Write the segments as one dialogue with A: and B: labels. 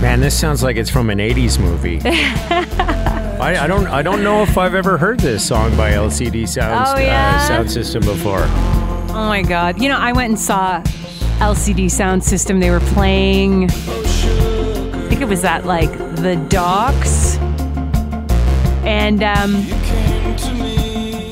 A: Man, this sounds like it's from an '80s movie. I, I don't, I don't know if I've ever heard this song by LCD Sound
B: Oh, yeah?
A: uh, Sound System before.
B: Oh my God. You know, I went and saw LCD Sound System. They were playing, I think it was that, like, The Docs. And um,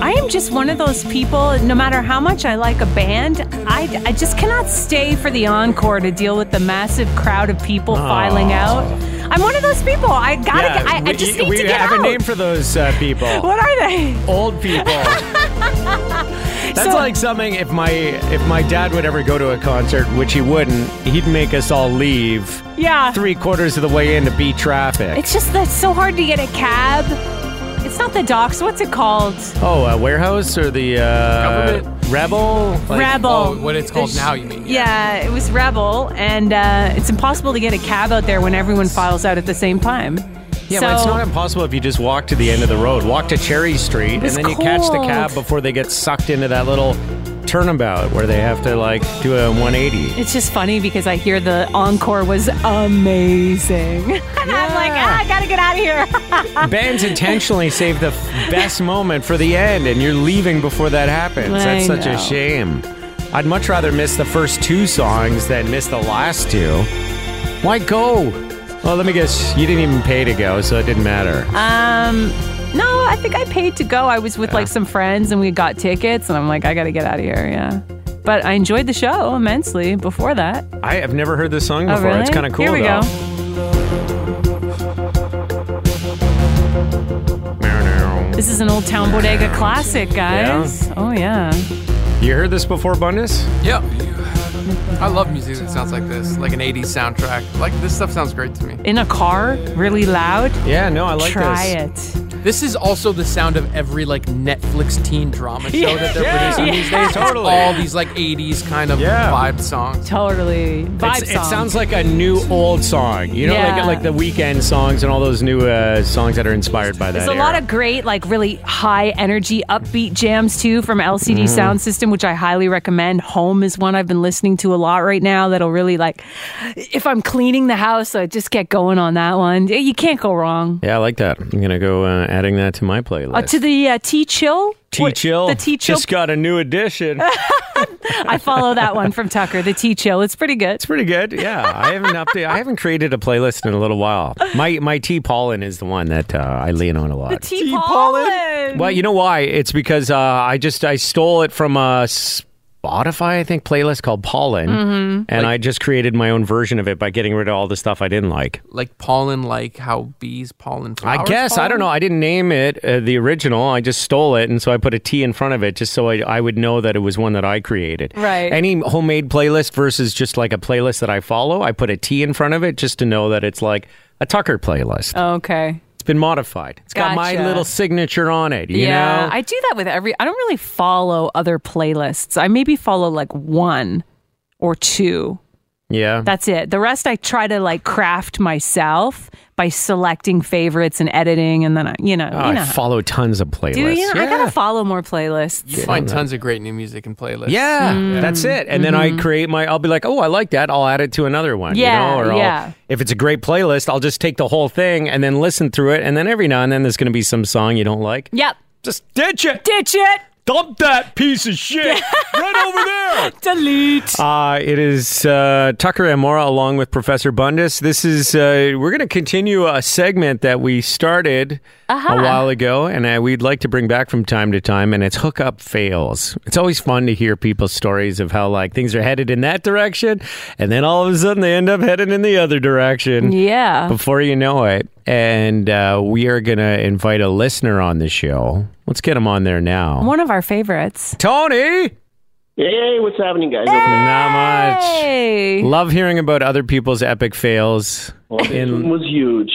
B: I am just one of those people, no matter how much I like a band, I, I just cannot stay for the encore to deal with the massive crowd of people filing out. I'm one of those people. I gotta,
A: Yeah,
B: I, I
A: we,
B: just need
A: we
B: to get
A: have
B: out.
A: a name for those uh, people.
B: what are they?
A: Old people. That's
B: So-
A: like something. If my if my dad would ever go to a concert, which he wouldn't, he'd make us all leave
B: Yeah.
A: three quarters of the way into beat traffic.
B: It's just that's so hard to get a cab. It's not the docks. What's it called?
A: oh, uh, warehouse or the uh,
C: Government?
A: rebel?
C: Like,
B: Rebel.
C: oh, what it's called
B: Ish.
C: now, you mean?
B: Yeah, it was Rebel, and uh, it's impossible to get a cab out there when everyone files out at the same time.
A: Yeah,
B: so,
A: but it's not impossible if you just walk to the end of the road, walk to Cherry Street, and
B: It's
A: then you catch the
B: cold.
A: cab before they get sucked into that little turnabout where they have to like do a 180.
B: It's just funny because I hear the encore was amazing, and I'm like, ah, I gotta get out of here.
A: Bands intentionally save the f- best moment for the end, and you're leaving before that happens.
B: I
A: That's such a
B: know.
A: shame. I'd much rather miss the first two songs than miss the last two. Why go? Well, let me guess. You didn't even pay to go, so it didn't matter.
B: um, no, I think I paid to go. I was with like some friends, and we got tickets, and I'm like, I gotta get out of here. Yeah, but I enjoyed the show immensely before that.
A: I have never heard this song
B: Oh,
A: before.
B: really?
A: It's kind of cool,
B: Here we
A: though.
B: go. This is an old town bodega classic, guys. Oh yeah.
A: You heard this before, Bundes?
C: Yep. I love music that sounds like this, like an 80s soundtrack. Like, this stuff sounds great to me.
B: In a car, really loud.
A: Yeah, no, I like
B: Try
A: this.
B: it.
C: This is also the sound of every, like, Netflix teen drama show that they're
A: Yeah.
C: producing these
A: Yeah.
C: days.
A: Totally.
C: All these, like, 80s kind of
A: Yeah.
C: vibe songs.
B: Totally. Vibe
A: It's-
B: song.
A: It sounds like a new old song. You know,
B: Yeah.
A: like like the weekend songs and all those new uh, songs that are inspired by that.
B: There's a lot of great, like really high energy, upbeat jams too from LCD
A: Mm-hmm.
B: Sound System, which I highly recommend. Home is one I've been listening to a lot right now that'll really like, if I'm cleaning the house, I just get going on that one. You can't go wrong.
A: Yeah, I like that. I'm gonna go uh, adding that to my playlist.
B: Uh, to the uh, Tea Chill.
A: T
B: What-
A: Chill.
B: The Tea Chill.
A: Just got a new edition. it's
B: I follow that one from Tucker. The Tea Chill. It's pretty good.
A: pretty good. Yeah, I haven't updated. I haven't created a playlist in a little while. My my T pollen is the one that uh, I lean on a lot.
B: Tea, pollen.
A: Well, you know why? It's because uh, I just I stole it from a Spotify, I think, playlist called Pollen,
B: Mm-hmm.
A: and I just created my own version of it by getting rid of all the stuff I didn't like.
C: Like, pollen, like how bees pollen flowers.
A: I guess I don't
C: pollen?
A: know. I didn't name it uh, the original. I just stole it, and so I put a T in front of it, just so I, I would know that it was one that I created.
B: Right.
A: Any homemade playlist versus just like a playlist that I follow, I put a T in front of it just to know that it's like a Tucker playlist.
B: Okay.
A: It's been modified. It's got my
B: Gotcha.
A: little signature on it. You
B: yeah,
A: know.
B: I do that with every. I don't really follow other playlists. I maybe follow like one or two.
A: yeah.
B: That's it. The rest I try to like craft myself by selecting favorites and editing, and then I, you know,
A: Oh,
B: you know.
A: I follow tons of playlists.
B: do you? I
A: Yeah.
B: gotta follow more playlists.
C: You find tons of great new music and playlists.
A: Yeah,
B: Mm-hmm.
A: that's it. And then I create my. I'll be like, oh, I like that. I'll add it to another one.
B: Yeah,
A: you know? I'll-
B: yeah.
A: if it's a great playlist, I'll just take the whole thing and then listen through it. And then every now and then, there's going to be some song you don't like.
B: Yep.
A: Just ditch it.
B: Ditch it.
A: Dump that piece of shit right over there.
B: Delete.
A: Uh, it is uh, Tucker Amora along with Professor Bundus. This is uh, we're going to continue a segment that we started a while ago, and uh, we'd like to bring back from time to time. And it's hookup fails. It's always fun to hear people's stories of how like things are headed in that direction, and then all of a sudden they end up headed in the other direction
B: yeah.
A: before you know it. and uh, we are going to invite a listener on the show. Let's get him on there now.
B: One of our favorites.
A: Tony!
D: Hey, what's happening, guys?
A: Not much.
B: Hey.
A: Love hearing about other people's epic fails.
D: Well, this one was huge.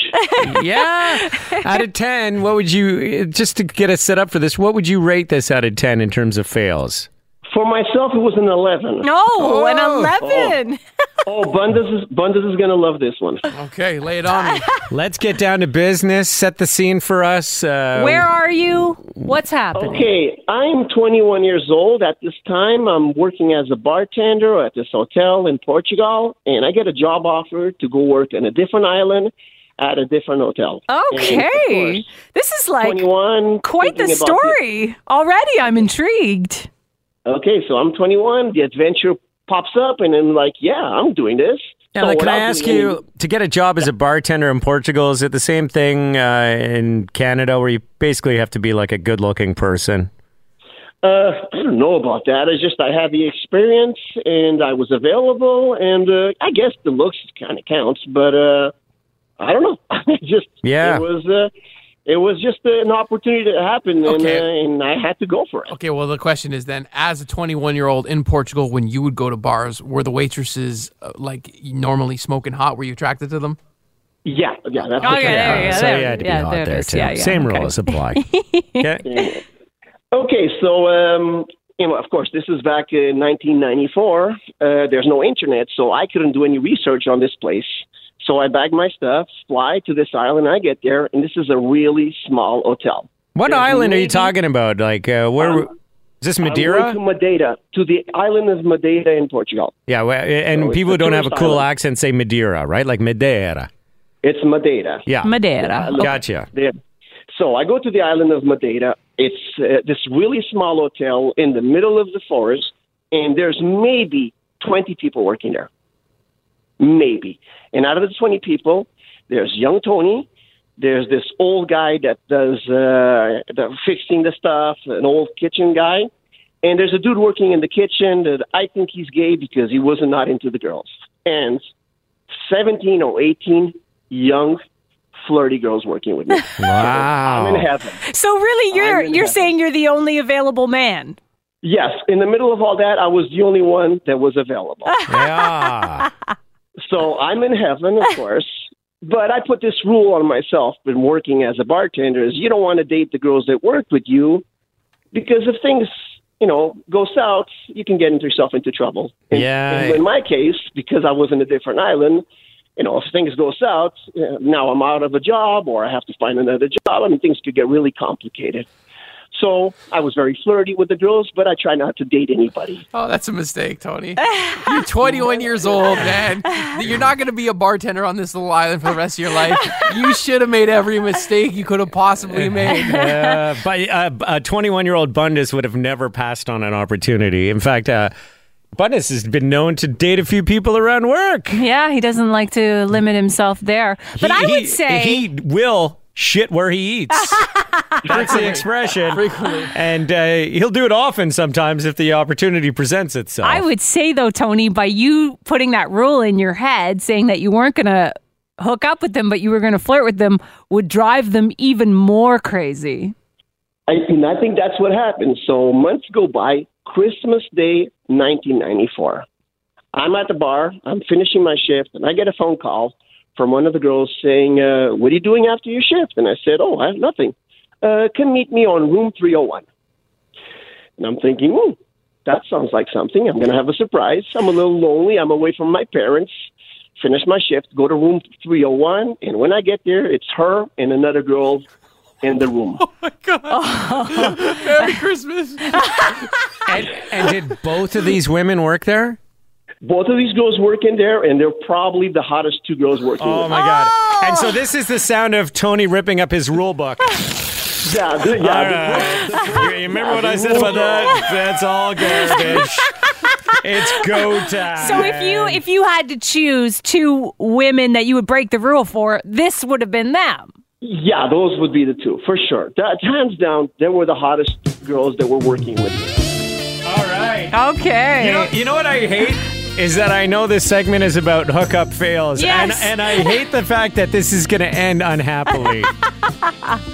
A: yeah. out of 10, what would you, just to get us set up for this, what would you rate this out of 10 in terms of fails?
D: For myself, it was an 11.
B: No, an
A: oh.
B: 11.
D: Oh, Bundes is, Bundes is going to love this one.
C: Okay, lay it on me.
A: Let's get down to business. Set the scene for us. Uh,
B: Where are you? What's happening?
D: Okay, I'm 21 years old at this time. I'm working as a bartender at this hotel in Portugal, and I get a job offer to go work in a different island at a different hotel. And, of
B: Okay.
D: course,
B: This is like
D: 21.
B: quite the
D: thinking about
B: story. Already I'm intrigued.
D: okay, so I'm 21. The adventure pops up, and I'm like, yeah, I'm doing this.
A: Yeah,
D: So
B: Oh,
A: like, can I
D: without
A: ask
D: doing
A: you to get a job as a bartender in Portugal? Is it the same thing uh, in Canada, where you basically have to be like a good-looking person?
D: Uh, I don't know about that. It's just I had the experience and I was available, and uh, I guess the looks kind of counts, but uh, I don't know. It just
A: Yeah.
D: it was uh, it was just an opportunity that happened, and,
C: Okay.
D: uh, and I had to go for it.
C: Okay, well, the question is then, as a 21 year old in Portugal, when you would go to bars, were the waitresses uh, like normally smoking hot? Were you attracted to them?
D: Yeah, yeah, that's
B: Okay,
D: okay.
B: there you go.
A: so
B: there-
A: you had to be
B: yeah,
A: out
B: there
A: there,
B: it is.
A: too.
B: Yeah, yeah,
A: Same
B: okay.
A: rules apply. okay.
D: Okay, so um, you know, of course, this is back in 1994. Uh, there's no internet, so I couldn't do any research on this place. So I bag my stuff, fly to this island. I get there, and this is a really small hotel.
A: What island are you talking about? Like, uh, where is this Madeira?
D: I'm going to Madeira, to the island of Madeira in Portugal.
A: yeah, well, and
D: So it's
A: people who
D: the
A: don't have a
D: tourist
A: cool
D: island.
A: accent say Madeira, right? Like Madeira.
D: It's Madeira.
A: Yeah,
B: Madeira.
A: gotcha.
D: There. So I go to the island of Madeira. It's uh, this really small hotel in the middle of the forest, and there's maybe 20 people working there. Maybe. And out of the 20 people, there's young Tony. There's this old guy that does uh, the fixing the stuff, an old kitchen guy. And there's a dude working in the kitchen that I think he's gay because he was not into the girls. And 17 or 18 young, flirty girls working with me. I'm in
A: Wow.
D: heaven.
B: So really you're
D: I'm in
B: you're
D: heaven.
B: saying you're the only available man.
D: Yes, in the middle of all that, I was the only one that was available.
A: Ah. Yeah.
D: so I'm in heaven, of course. But I put this rule on myself when working as a bartender is you don't want to date the girls that work with you because if things, you know, go south, you can get into yourself into trouble. And-
A: Yeah.
D: and in my case, because I was in a different island, you know, if things go south, uh, now I'm out of a job or I have to find another job. I mean, things could get really complicated. So I was very flirty with the girls, but I try not to date anybody.
C: Oh, that's a mistake, Tony. You're 21 years old, man. You're not going to be a bartender on this little island for the rest of your life. You should have made every mistake you could have possibly made.
A: Uh, but uh, a 21 year old Bundes would have never passed on an opportunity. In fact, uh, Bundes has been known to date a few people around work.
B: Yeah, he doesn't like to limit himself there. But I
A: He-
B: would
A: he-
B: say
A: he will shit where he eats. That's the expression.
C: Frequently.
A: And uh, he'll do it often sometimes if the opportunity presents itself.
B: I would say though, Tony, by you putting that rule in your head, saying that you weren't gonna hook up with them, but you were gonna flirt with them, would drive them even more crazy.
D: I, and I think that's what happened. So months go by, Christmas Day, 1994. I'm at the bar, I'm finishing my shift, and I get a phone call from one of the girls saying, uh, What are you doing after your shift? And I said, Oh, I have nothing. Uh, come meet me on room 301. And I'm thinking, Ooh, that sounds like something. I'm going to have a surprise. I'm a little lonely. I'm away from my parents. Finish my shift, go to room 301. And when I get there, it's her and another girl in the room.
C: Merry Christmas.
A: and, and did both of these women work there?
D: both of these girls work in there, and they're probably the hottest two girls working.
A: Oh my God. And so this is the sound of Tony ripping up his rule book.
D: with. Yeah, the- yeah.
A: All
D: the-
A: right. You- you remember what I said about that? That's all garbage. It's go time.
B: So if you if you had to choose two women that you would break the rule for, this would have been them.
D: yeah, those would be the two for sure. That, hands down, they were the hottest girls that were working with. me.
A: All right.
B: Okay.
A: You know, you know what I hate? is that I know this segment is about hookup fails.
B: Yes.
A: And, and I hate the fact that this is going to end unhappily.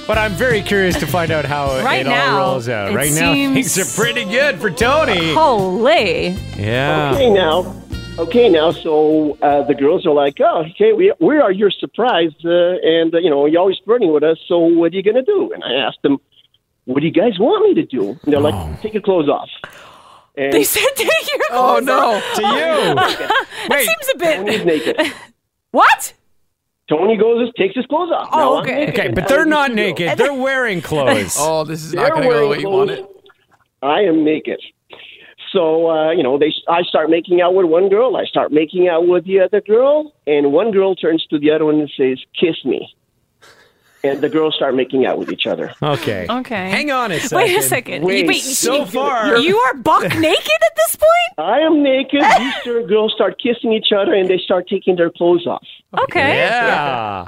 A: but I'm very curious to find out how
B: Right
A: it
B: now,
A: all rolls out.
B: it
A: right now,
B: seems-
A: things are pretty good for Tony.
B: Holy.
A: Yeah.
D: Okay now, okay now. So uh, the girls are like, "Oh, okay, we we are your surprise, uh, and uh, you know you're always flirting with us. So what are you gonna do?" And I asked them, "What do you guys want me to do?" And they're
A: Oh.
D: like, "Take your clothes off." And
B: They said take your
C: Oh
B: clothes off.
A: To
C: no.
A: you.
B: That seems a bit.
D: Tony's naked.
B: What?
D: Tony goes, takes his clothes off.
B: Oh,
D: Now I'm
B: okay.
D: naked,
A: Okay,
D: and
A: but
D: I
A: they're
D: don't
A: not
D: need to go.
A: naked. They're wearing clothes.
C: Oh, this is not going
D: They're
C: to go the way
D: wearing
C: you want
D: clothes.
C: it.
D: I am naked. So uh, you know, they I start making out with one girl. I start making out with the other girl, and one girl turns to the other one and says, "Kiss me." And the girls start making out with each other.
A: Okay.
B: Okay.
A: Hang on a second.
B: Wait a second.
D: Wait,
B: Wait,
A: So far,
B: you are buck naked at this point?
D: I am naked. These two girls start kissing each other, and they start taking their clothes off.
B: Okay.
A: yeah.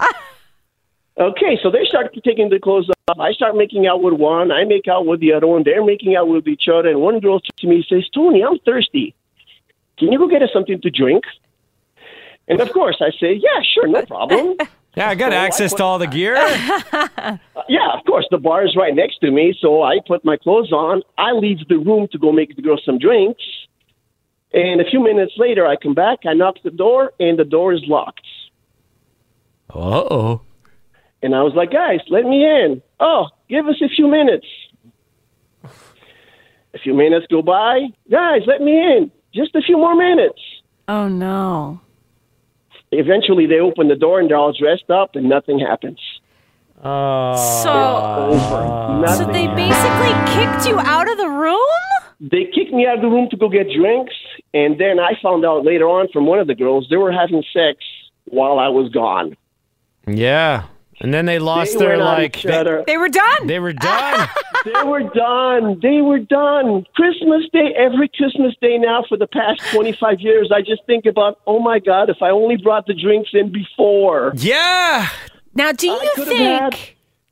D: Okay, so they start taking their clothes off. I start making out with one. I make out with the other one. They're making out with each other. And one girl to me says, Tony, I'm thirsty. Can you go get us something to drink? And of course, I say, Yeah, sure, no problem.
A: Yeah, I got access to all the gear.
D: Uh, yeah, of course, the bar is right next to me. So I put my clothes on. I leave the room to go make the girl some drinks. And a few minutes later, I come back. I knock the door, and the door is locked.
A: Uh oh.
D: And I was like, guys, let me in. Oh, give us a few minutes. A few minutes go by. Guys, let me in. Just a few more minutes.
B: Oh no.
D: Eventually, they open the door and they're all dressed up, and nothing happens.
A: Oh,
B: So
D: Over.
B: so
D: Nothing.
B: they basically kicked you out of the room?
D: they kicked me out of the room to go get drinks, and then I found out later on from one of the girls they were having sex while I was gone.
A: Yeah. And then they
D: They
A: lost
D: were
A: their
D: not
A: like
D: each
A: they,
D: other.
B: They were done.
A: they were done.
D: They were done. They were done. Christmas Day, every Christmas Day now for the past 25 years, I just think about, oh my God, if I only brought the drinks in before.
A: yeah.
B: Now, do you
D: could've
B: think?
D: had-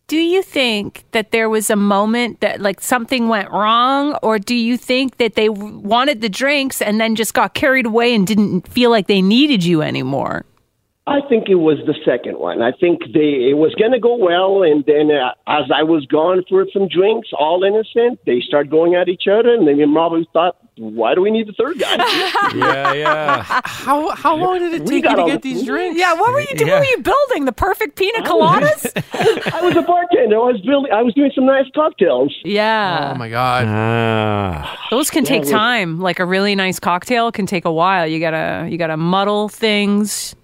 B: Do you think that there was a moment that like something went wrong, or do you think that they w- wanted the drinks and then just got carried away and didn't feel like they needed you anymore?
D: I think it was the second one. I think they it was going to go well, and then uh, as I was gone for some drinks, all innocent, they start going at each other, and they probably thought, why do we need the third guy?
A: Yeah, yeah.
C: How how long did it take you
D: got
C: to
D: all
C: get
D: the-
C: these drinks?
B: Yeah, what were you doing?
A: Yeah.
B: What were you building? The perfect pina coladas?
D: I was a bartender. I was building. I was doing some nice cocktails.
C: Oh
B: yeah,
C: my god.
A: Ah.
B: those can take time. Like a really nice cocktail can take a while. You gotta you gotta muddle things.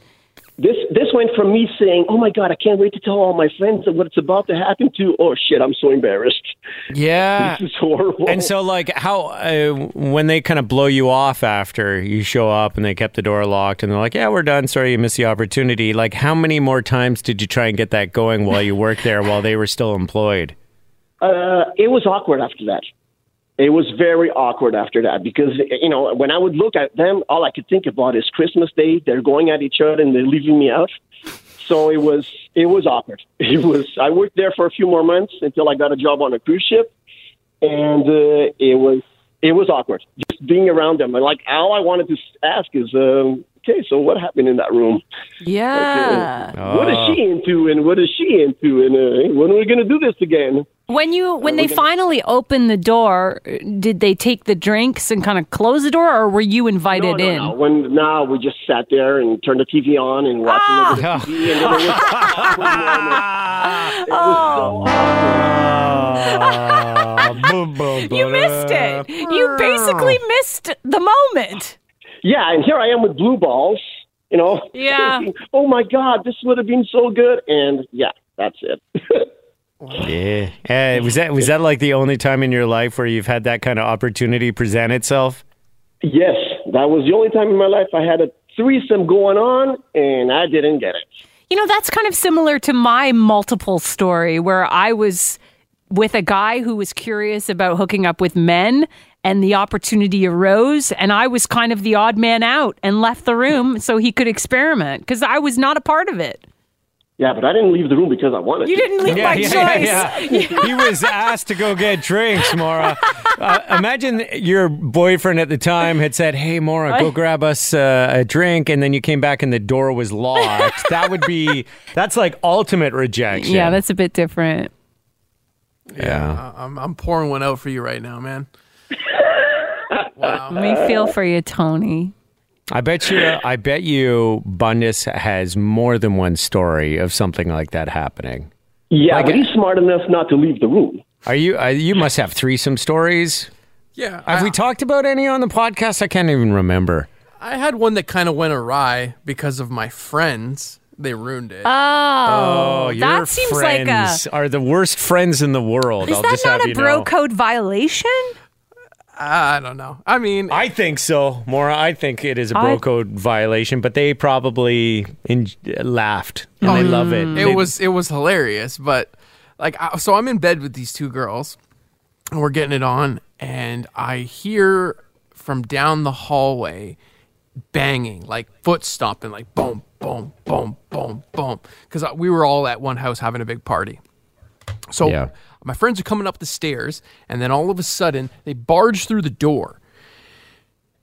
D: This this went from me saying, "Oh my God, I can't wait to tell all my friends what it's about to happen." To oh shit, I'm so embarrassed.
A: Yeah.
D: This is horrible.
A: And so like how uh, when they kind of blow you off after you show up and they kept the door locked and they're like, "Yeah, we're done. Sorry you missed the opportunity." Like how many more times did you try and get that going while you worked there while they were still employed?
D: uh, it was awkward after that. It was very awkward after that because you know when I would look at them, all I could think about is Christmas Day. They're going at each other and they're leaving me out. So it was it was awkward. It was. I worked there for a few more months until I got a job on a cruise ship, and uh, it was it was awkward just being around them. And like all I wanted to ask is, um, okay, so what happened in that room?
B: Yeah.
D: What is she into, and what is she into, and uh, when are we going to do this again?
B: When you when they finally opened the door, did they take the drinks and kind of close the door, or were you invited
D: no,
B: in?
D: No. When now we just sat there and turned the TV on and watched another
A: Ah!
D: TV, and then it was, awkward moment. It was so awkward.
B: You missed it. You basically missed the moment.
D: Yeah, and here I am with blue balls. You know.
B: Yeah.
D: thinking, oh my God, this would have been so good, and yeah, that's it.
A: Yeah. Hey, was that was that like the only time in your life where you've had that kind of opportunity present itself?
D: yes, that was the only time in my life I had a threesome going on, and I didn't get it.
B: You know, that's kind of similar to my multiple story where I was with a guy who was curious about hooking up with men and the opportunity arose and I was kind of the odd man out and left the room so he could experiment because I was not a part of it.
D: Yeah, but I didn't leave the room because I wanted
B: You
D: to.
B: didn't leave by choice.
A: he was asked to go get drinks, Mora. Uh, imagine your boyfriend at the time had said, "Hey, Mora, go grab us uh, a drink," and then you came back and the door was locked. That would be that's like ultimate rejection.
B: Yeah, that's a bit different.
A: yeah.
C: I'm, I'm pouring one out for you right now, man.
B: Let me feel for you, Tony.
A: I bet you. I bet you. Bundes has more than one story of something like that happening.
D: Yeah,
A: Like-
D: but he's smart enough not to leave the room.
A: Are you? Uh, you must have threesome stories.
C: Yeah.
A: Have
C: I,
A: we
B: Uh,
A: talked about any on the podcast? I can't even remember.
C: I had one that kind of went awry because of my friends. They ruined it.
B: Oh,
A: your
B: that seems like a.
A: friends are the worst friends in the world.
B: Is
A: I'll
B: that
A: just
B: not
A: have
B: a
A: you
B: bro
A: know.
B: code violation?
C: I don't know. I mean,
A: I think so, Mora. I think it is a bro
B: I-
A: code violation, but they probably in- laughed and they love
B: Mm.
A: it.
C: it
A: They-
C: was it was hilarious but like I, so i'm in bed with these two girls and we're getting it on and i hear from down the hallway banging like foot stomping like boom boom boom boom boom because we were all at one house having a big party so
A: Yeah.
C: my friends are coming up the stairs and then all of a sudden they barge through the door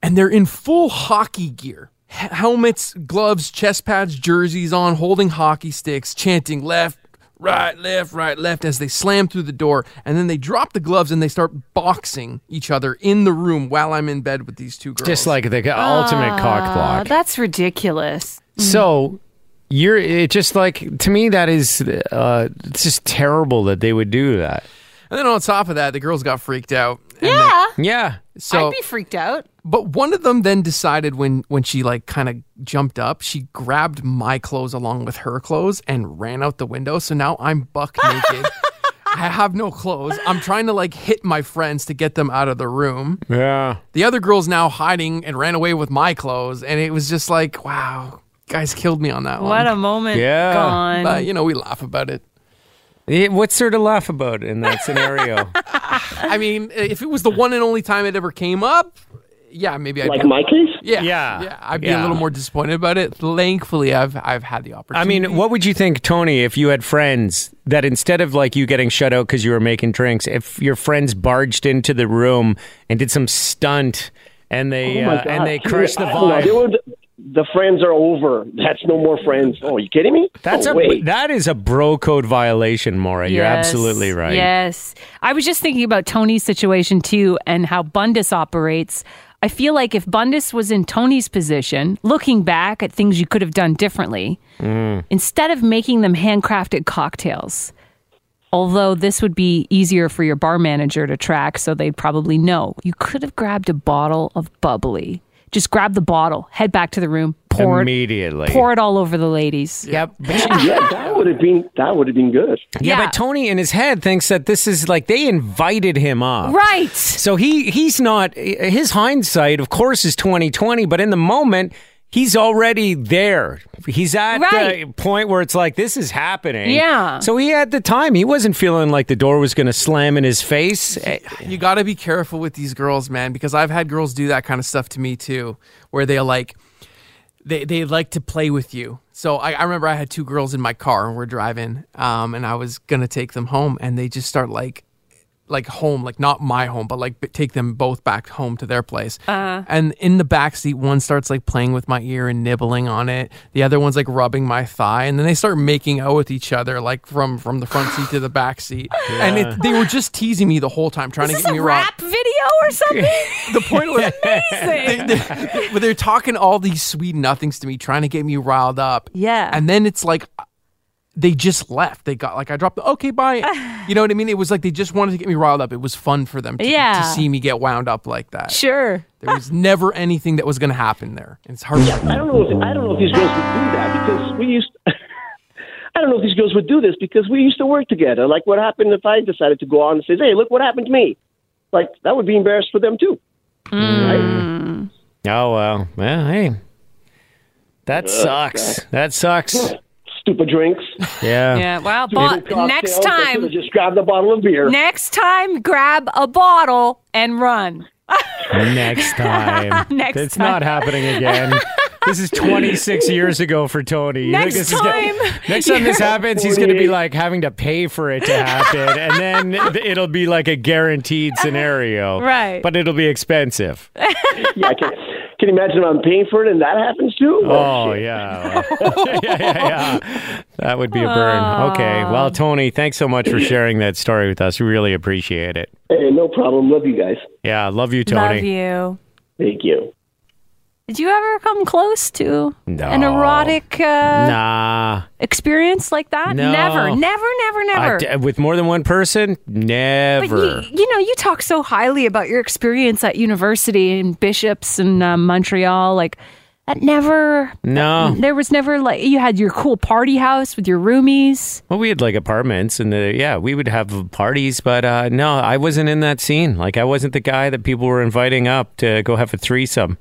C: and they're in full hockey gear H- helmets gloves chest pads jerseys on holding hockey sticks chanting left right left right left as they slam through the door and then they drop the gloves and they start boxing each other in the room while i'm in bed with these two girls
A: just like the
B: Ah,
A: ultimate cock block.
B: that's ridiculous.
A: So you're it just like to me that is uh, it's just terrible that they would do that.
C: and then on top of that the girls got freaked out And they-
B: Yeah,
A: Yeah.
C: so
B: I'd be freaked out.
C: But one of them then decided when when she like kind of jumped up, she grabbed my clothes along with her clothes and ran out the window. So now I'm buck naked. I have no clothes. I'm trying to like hit my friends to get them out of the room.
A: Yeah.
C: The other girl's now hiding and ran away with my clothes and it was just like, wow, guys killed me on that
B: What
C: one.
B: a moment
A: Yeah.
B: gone.
C: but you know, we laugh about it.
A: Yeah, What's there to laugh about in that scenario?
C: I mean, if it was the one and only time it ever came up, yeah, maybe I'd
D: Like
C: be,
D: my case?
C: yeah,
A: Yeah,
C: yeah, I'd be
A: yeah.
C: a little more disappointed about it. Thankfully, I've I've had the
A: I
C: opportunity.
A: mean, what would you think, Tony, if you had friends that instead of like you getting shut out because you were making drinks, if your friends barged into the room and did some stunt and they
D: Oh my
A: uh, and
D: God.
A: they cursed the
D: I don't know.
A: vibe?
D: They were the- the friends are over. That's no more friends. Oh, you kidding me?
A: That's
D: oh,
A: a
D: wait.
A: that is a bro code violation, Maura. You're
B: Yes,
A: absolutely right.
B: Yes. I was just thinking about Tony's situation too and how Bundus operates. I feel like if Bundus was in Tony's position, looking back at things you could have done differently,
A: Mm.
B: instead of making them handcrafted cocktails, although this would be easier for your bar manager to track, so they'd probably know, you could have grabbed a bottle of bubbly. Just grab the bottle, head back to the room, pour it,
A: Immediately.
B: pour it all over the ladies.
A: Yep. But
D: yeah, that would have been that would have been good.
A: Yeah,
B: Yeah.
A: but Tony in his head thinks that this is like they invited him up.
B: Right.
A: So he he's not his hindsight, of course, is twenty twenty, but in the moment he's already there. He's at the
B: Right.
A: point where it's like this is happening.
B: Yeah.
A: So he had the time. He wasn't feeling like the door was going to slam in his face. Eh,
C: you got to be careful with these girls, man, because I've had girls do that kind of stuff to me too, where they like they they like to play with you. So I, I remember I had two girls in my car and we're driving, um, and I was gonna take them home, and they just start like like home, like not my home, but like b- take them both back home to their place. Uh-huh. And in the back seat, one starts like playing with my ear and nibbling on it. The other one's like rubbing my thigh, and then they start making out with each other, like from from the front seat to the back seat. And it, they were just teasing me the whole time, trying to
B: Is
C: get
B: this
C: me
B: a
C: wrong.
B: rap video or something?
C: The point where
B: Amazing.
C: but they're talking all these sweet nothings to me, trying to get me riled up.
B: Yeah.
C: And then it's like they just left. They got like I dropped the okay, bye. you know what I mean? It was like they just wanted to get me riled up. It was fun for them to,
B: Yeah.
C: to see me get wound up like that.
B: Sure.
C: There was never anything that was gonna happen there. And it's hard.
D: I don't know if I don't know if these girls would do that because we used. I don't know if these girls would do this because we used to work together. Like, what happened if I decided to go out and say, "Hey, look what happened to me"? Like, that would be embarrassed for them too.
A: Oh well. Well, hey. That sucks. That sucks.
D: Stupid drinks.
A: Yeah.
B: Yeah. Well,
D: stupid
B: but next
D: cocktails. I should have
B: time,
D: just grabbed a bottle of beer.
B: next time, grab a bottle and run.
A: Next time.
B: Next
A: it's
B: time.
A: not happening again. this is 26 years ago for Tony. You
B: Next
A: this is gonna-
B: time.
A: next time this happens, he's going to be
D: 48.
A: like having to pay for it to happen, and then th- it'll be like a guaranteed scenario,
B: Right.
A: But it'll be expensive.
D: Yeah, I can, can you imagine I'm paying for it and that happens too?
A: Oh
D: shit.
A: yeah. yeah, yeah, yeah. That would be a burn. Okay. Well, Tony, thanks so much for sharing that story with us. We really appreciate it.
D: Hey, no problem. Love you guys.
A: Yeah, love you, Tony.
B: Love you.
D: Thank you.
B: Did you ever come close to
A: No.
B: an erotic uh,
A: Nah,
B: experience like that?
A: No.
B: Never, never, never,
A: I
B: never.
A: d- with more than one person,
B: but
A: never.
B: you, you know, you talk so highly about your experience at university in Bishops and uh, Montreal. Like, that never,
A: no,
B: there was never like, you had your cool party house with your roomies.
A: well, we had like apartments, and the, yeah, we would have parties, but uh, no, I wasn't in that scene. Like, I wasn't the guy that people were inviting up to go have a threesome.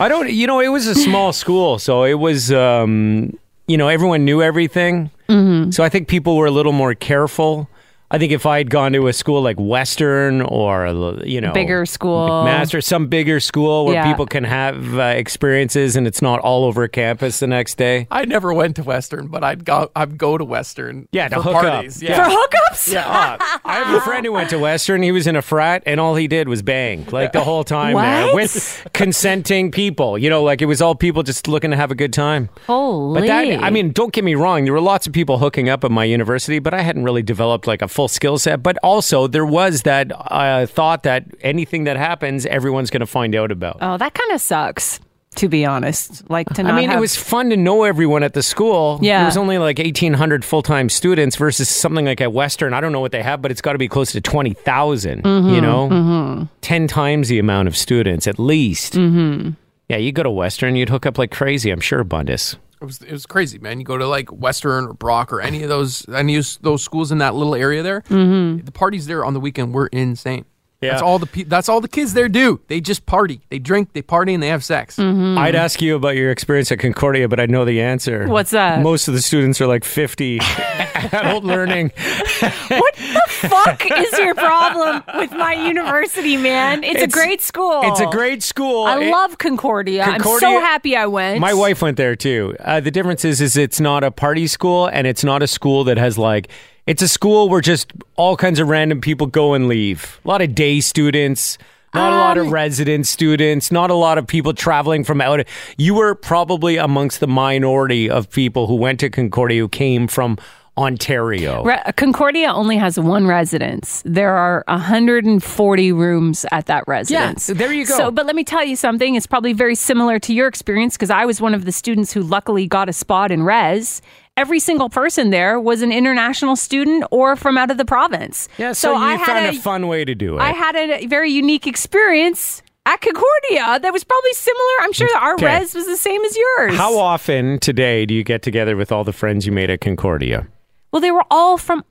A: I don't, you know, it was a small school, so it was, um, you know, everyone knew everything.
B: Mm-hmm.
A: So I think people were a little more careful. I think if I had gone to a school like Western or you know
B: Bigger school.
A: like Master, some bigger school where
B: Yeah.
A: people can have uh, experiences and it's not all over campus the next day.
C: I never went to Western, but I'd go. I'd go to Western.
A: Yeah, to
C: for
A: hook up.
C: parties. Yeah.
B: For hookups?
A: Yeah, I have a friend who went to Western. He was in a frat, and all he did was bang like the whole time there
B: What?
A: with consenting people. You know, like it was all people just looking to have a good time.
B: Holy.
A: But that, I mean, don't get me wrong. There were lots of people hooking up at my university, but I hadn't really developed like a full skill set. But also, there was that uh, thought that anything that happens, everyone's going to find out about.
B: Oh, that kind of sucks, to be honest. Like, to not
A: I mean, it
B: have-
A: was fun to know everyone at the school.
B: Yeah.
A: There was only like 1,800 full time students versus something like at Western. I don't know what they have, but it's got to be close to 20,000, you
B: Mm-hmm,
A: know? 10 times the amount of students at least. Mm-hmm. Yeah, you go to Western, you'd hook up like crazy, I'm sure, Bundus.
C: It was it was crazy, man. You go to like Western or Brock or any of those any of those schools in that little area there. The parties there on the weekend were insane.
A: Yeah.
C: That's all the pe- that's all the kids there do. They just party. They drink, they party and they have sex.
B: Mm.
A: I'd ask you about your experience at Concordia, but I know the answer.
B: What's that?
A: Most of the students are like 50, adult learning.
B: What the fuck is your problem with my university, man? It's, a
A: It's-
B: great school.
A: It's a great school.
B: I
A: It-
B: love Concordia. I'm
A: Concordia-
B: so happy I went.
A: My wife went there too. Uh, the difference is, is it's not a party school, and it's not a school that has like. It's a school where just all kinds of random people go and leave. A lot of day students, not a lot of
B: Um,
A: resident students, not a lot of people traveling from out. You were probably amongst the minority of people who went to Concordia who came from Ontario.
B: Re- Concordia only has one residence. There are 140 rooms at that residence.
A: Yeah, there you go.
B: So, but let me tell you something. It's probably very similar to your experience because I was one of the students who luckily got a spot in res. Every single person there was an international student or from out of the province.
A: Yeah, so,
B: I
A: you
B: had
A: found a,
B: a
A: fun way to do it.
B: I had a very unique experience at Concordia that was probably similar. I'm sure our
A: Okay.
B: res was the same as yours.
A: How often today do you get together with all the friends you made at Concordia?
B: well, they were all from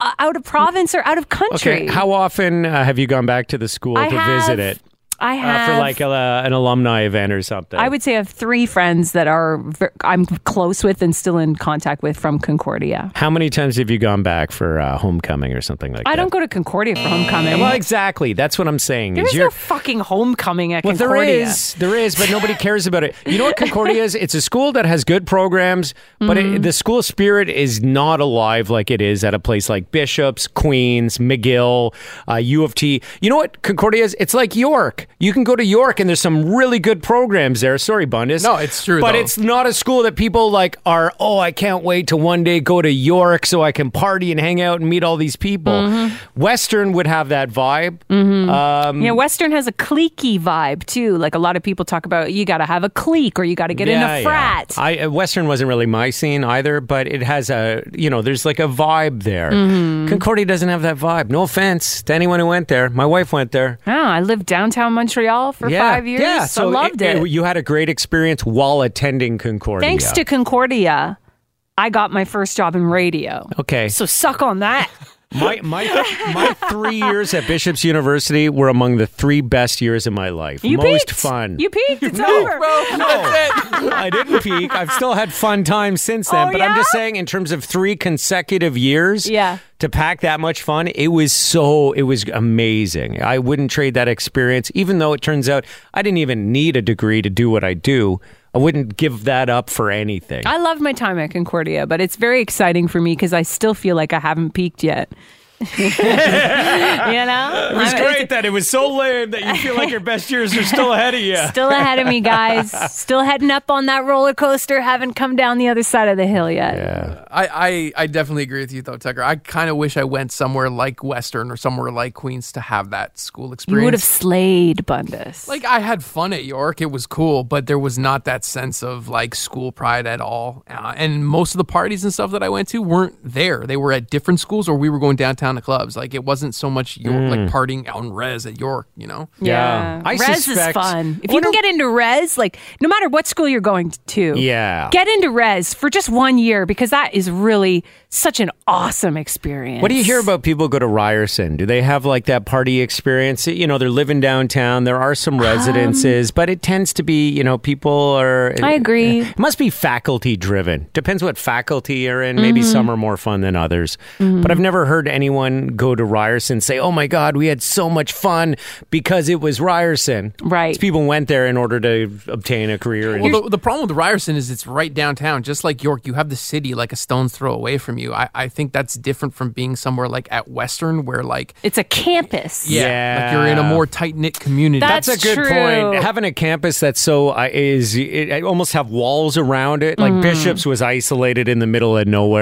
B: uh, out of province or out of country.
A: Okay, how often uh, have you gone back to the school
B: I
A: to
B: have,
A: visit it?
B: I
A: uh,
B: have
A: for like a, an alumni event or something.
B: I would say I have three friends that are ver- I'm close with and still in contact with from Concordia.
A: How many times have you gone back for uh, homecoming or something like that?
B: I don't go to Concordia for homecoming.
A: Well, exactly. That's what I'm saying.
B: there
A: is
B: is
A: you're-
B: no fucking homecoming at
A: well,
B: Concordia.
A: there is, there is, but nobody cares about it. You know what Concordia is? It's a school that has good programs, but
B: Mm-hmm.
A: it, the school spirit is not alive like it is at a place like Bishop's, Queens, McGill, uh, U of T. You know what Concordia is? It's like York. You can go to York, and there's some really good programs there. Sorry, Bundes.
C: No, it's true,
A: But
C: though.
A: it's not a school that people like are. Oh, I can't wait to one day go to York so I can party and hang out and meet all these people.
B: Mm-hmm.
A: Western would have that vibe. Um,
B: Yeah, Western has a cliquey vibe too. Like a lot of people talk about, you got to have a clique or you got to get
A: Yeah,
B: in a
A: yeah.
B: frat.
A: I uh, Western wasn't really my scene either, but it has a you know there's like a vibe there.
B: Mm-hmm.
A: Concordia doesn't have that vibe. No offense to anyone who went there. My wife went there.
B: Oh, I lived downtown Montreal for
A: yeah,
B: five years.
A: yeah. So
B: I loved it.
A: You had a great experience while attending Concordia.
B: Thanks to Concordia, I got my first job in radio.
A: okay.
B: So suck on that.
A: my my my three years at Bishop's University were among the three best years of my life.
B: You
A: Most
B: peaked.
A: fun.
B: You peaked. It's over.
A: I didn't peak. I've still had fun times since then.
B: Oh,
A: but
B: yeah?
A: I'm just saying, in terms of three consecutive years,
B: Yeah.
A: to pack that much fun, it was so, it was amazing. I wouldn't trade that experience, even though it turns out I didn't even need a degree to do what I do. I wouldn't give that up for anything.
B: I love my time at Concordia, but it's very exciting for me because I still feel like I haven't peaked yet. you know?
A: It was
B: I'm-
A: great that it was so lame that you feel like your best years are still ahead of you.
B: Still ahead of me, guys. Still heading up on that roller coaster. Haven't come down the other side of the hill yet.
A: yeah.
C: I, I, I definitely agree with you though, Tucker. I kind of wish I went somewhere like Western or somewhere like Queens to have that school experience.
B: You would have slayed Bundes.
C: like I had fun at York; it was cool, but there was not that sense of like school pride at all. Uh, and most of the parties and stuff that I went to weren't there; they were at different schools, or we were going downtown to clubs. Like it wasn't so much York,
A: Mm.
C: like partying out in Res at York, you know.
A: Yeah. I
B: res
A: suspect-
B: is fun. If
A: I
B: you can
A: wonder-
B: get into res, like no matter what school you're going to,
A: Yeah.
B: get into res for just one year because that is really such an awesome experience.
A: What do you hear about people go to Ryerson? Do they have like that party experience? You know, they're living downtown. There are some residences, but it tends to be, you know, people are.
B: Um,
A: eh,
B: I agree.
A: It must be faculty driven. Depends what faculty you're in. Maybe
B: Mm-hmm.
A: some are more fun than others. But I've never heard anyone go to Ryerson say, oh my God, we had so much fun because it was Ryerson.
B: Right.
A: It's people went there in order to obtain a career. in
C: Well, the, the problem with Ryerson is it's right downtown, just like York. You have the city like a stone's throw away from you. I, I think that's different from being somewhere like at Western, where like
B: It's a campus.
A: Yeah.
C: like you're in a more tight knit community.
B: That's-
A: That's a good
B: true.
A: point. Having a campus that's so uh, is it, I almost have walls around it.
B: Mm.
A: Like Bishops was isolated in the middle of nowhere.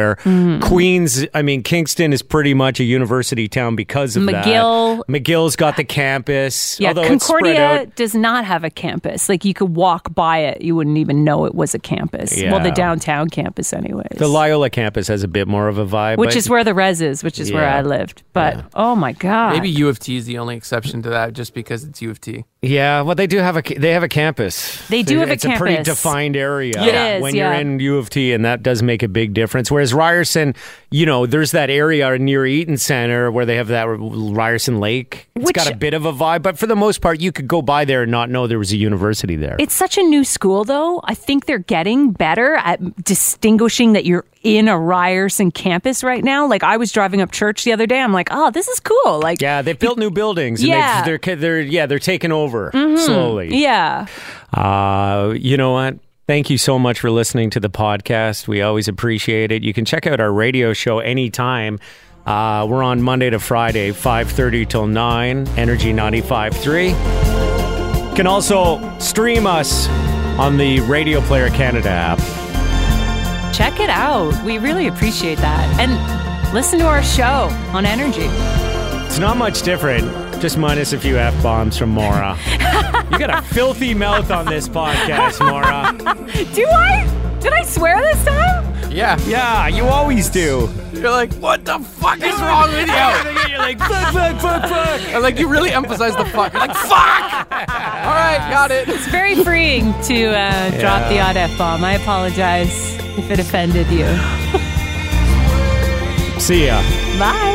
A: Queens, I mean Kingston is pretty much a university town because of
B: McGill.
A: that. McGill's got the campus.
B: Yeah,
A: although it's spread
B: Concordia
A: out.
B: does not have a campus. Like you could walk by it, you wouldn't even know it was a campus. Well, the
A: Yeah.
B: downtown campus, anyways.
A: The Loyola campus has a bit more of a vibe,
B: which
A: but-
B: is where the res is, which is where
A: Yeah.
B: I lived. But oh my god,
C: Maybe U of T is the only exception to that, just because it's U of T.
A: yeah. Well, they do have a ca- they have a campus.
B: They do have a
A: it's It's a pretty
B: campus.
A: defined area.
B: Yeah. is,
A: when
B: yeah.
A: you're in U of T, and that does make a big difference. Whereas Ryerson, you know, there's that area near Eaton Center where they have that Ryerson Lake. It's
B: Which-
A: got a bit of a vibe, but for the most part, you could go by there and not know there was a university there.
B: It's such a new school, though. I think they're getting better at distinguishing that you're in a Ryerson campus right now. Like, I was driving up church the other day. I'm like, oh, this is cool. Like,
A: yeah, they built new buildings. and
B: Yeah. Mm-hmm.
A: they, they're they're yeah they're taking over slowly.
B: yeah.
A: Uh, you know what? Thank you so much for listening to the podcast. We always appreciate it. You can check out our radio show anytime. Uh, we're on Monday to Friday, 5.30 till 9, Energy 95.3. You can also stream us on the Radio Player Canada app.
B: Check it out. We really appreciate that. And listen to our show on Energy.
A: It's not much different, just minus a few F-bombs from Mora. you got a filthy mouth on this podcast, Mora.
B: Do I? Did I swear this time?
C: Yeah,
A: Yeah, you always do.
C: you're like, what the fuck is wrong with you?
A: You're like, fuck, fuck, fuck, fuck.
C: I'm like, you really emphasize the fuck. You're like, fuck. All right, got it.
B: It's very freeing to uh, drop the odd F bomb. I apologize if it offended you.
A: See ya.
B: Bye.